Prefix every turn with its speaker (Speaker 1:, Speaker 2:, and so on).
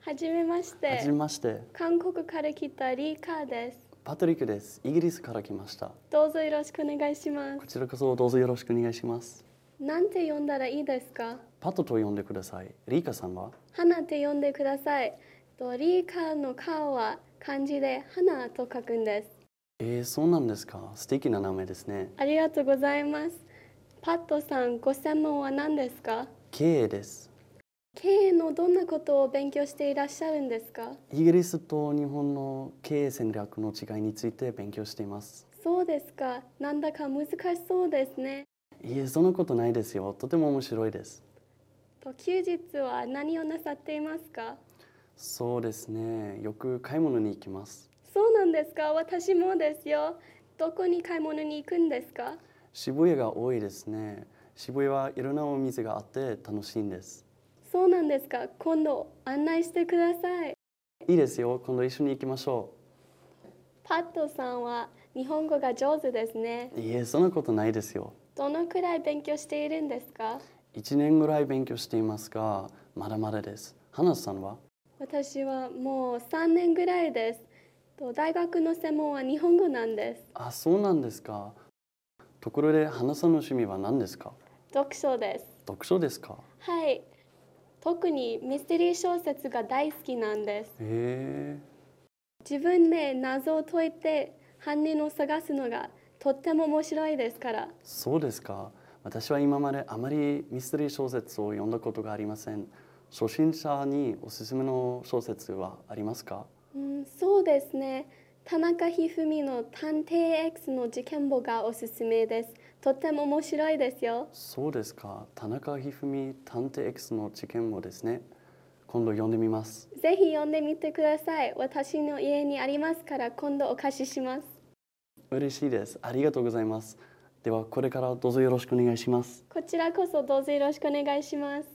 Speaker 1: はじめまし
Speaker 2: はじ
Speaker 1: て。
Speaker 2: めまして。
Speaker 1: 韓国から来たリカです。
Speaker 2: パトリックです。イギリスから来ました。
Speaker 1: どうぞよろしくお願いしま
Speaker 2: こ
Speaker 1: す。
Speaker 2: ちらこそどうぞよろしくお願いします。
Speaker 1: なんて呼んだらいいですか
Speaker 2: パトと呼んでください。リカさんは
Speaker 1: 花って呼んでください。とリカの顔は漢字で花と書くんです。
Speaker 2: えー、そうなんですか。素敵な名前ですね。
Speaker 1: ありがとうございます。パットさん、ご専門は何ですか
Speaker 2: 経営です。
Speaker 1: 経営のどんなことを勉強していらっしゃるんですか
Speaker 2: イギリスと日本の経営戦略の違いについて勉強しています。
Speaker 1: そうですか。なんだか難しそうですね。
Speaker 2: いえ、そんなことないですよ。とても面白いです。
Speaker 1: と休日は何をなさっていますか
Speaker 2: そうですね。よく買い物に行きます。
Speaker 1: そうなんですか。私もですよ。どこに買い物に行くんですか
Speaker 2: 渋谷が多いですね。渋谷はいろんなお店があって楽しいんです。
Speaker 1: そうなんですか。今度案内してください。
Speaker 2: いいですよ。今度一緒に行きましょう。
Speaker 1: パットさんは日本語が上手ですね。
Speaker 2: いえ、そんなことないですよ。
Speaker 1: どのくらい勉強しているんですか
Speaker 2: 1年ぐらい勉強していますが、まだまだです。花さんは
Speaker 1: 私はもう3年ぐらいです。と大学の専門は日本語なんです。
Speaker 2: あ、そうなんですか。ところで、花さんの趣味は何ですか
Speaker 1: 読書です。
Speaker 2: 読書ですか
Speaker 1: はい。特にミステリー小説が大好きなんです。
Speaker 2: へえ、
Speaker 1: 自分で謎を解いて犯人を探すのがとっても面白いですから。
Speaker 2: そうですか。私は今まであまりミステリー小説を読んだことがありません。初心者におすすめの小説はありますか
Speaker 1: うん、そうですね。田中一二三の探偵 X の事件簿がおすすめです。とっても面白いですよ。
Speaker 2: そうですか。田中一二三探偵 X の事件もですね。今度読んでみます。
Speaker 1: ぜひ読んでみてください。私の家にありますから今度お貸しします。
Speaker 2: 嬉しいです。ありがとうございます。ではこれからどうぞよろしくお願いします。
Speaker 1: こちらこそどうぞよろしくお願いします。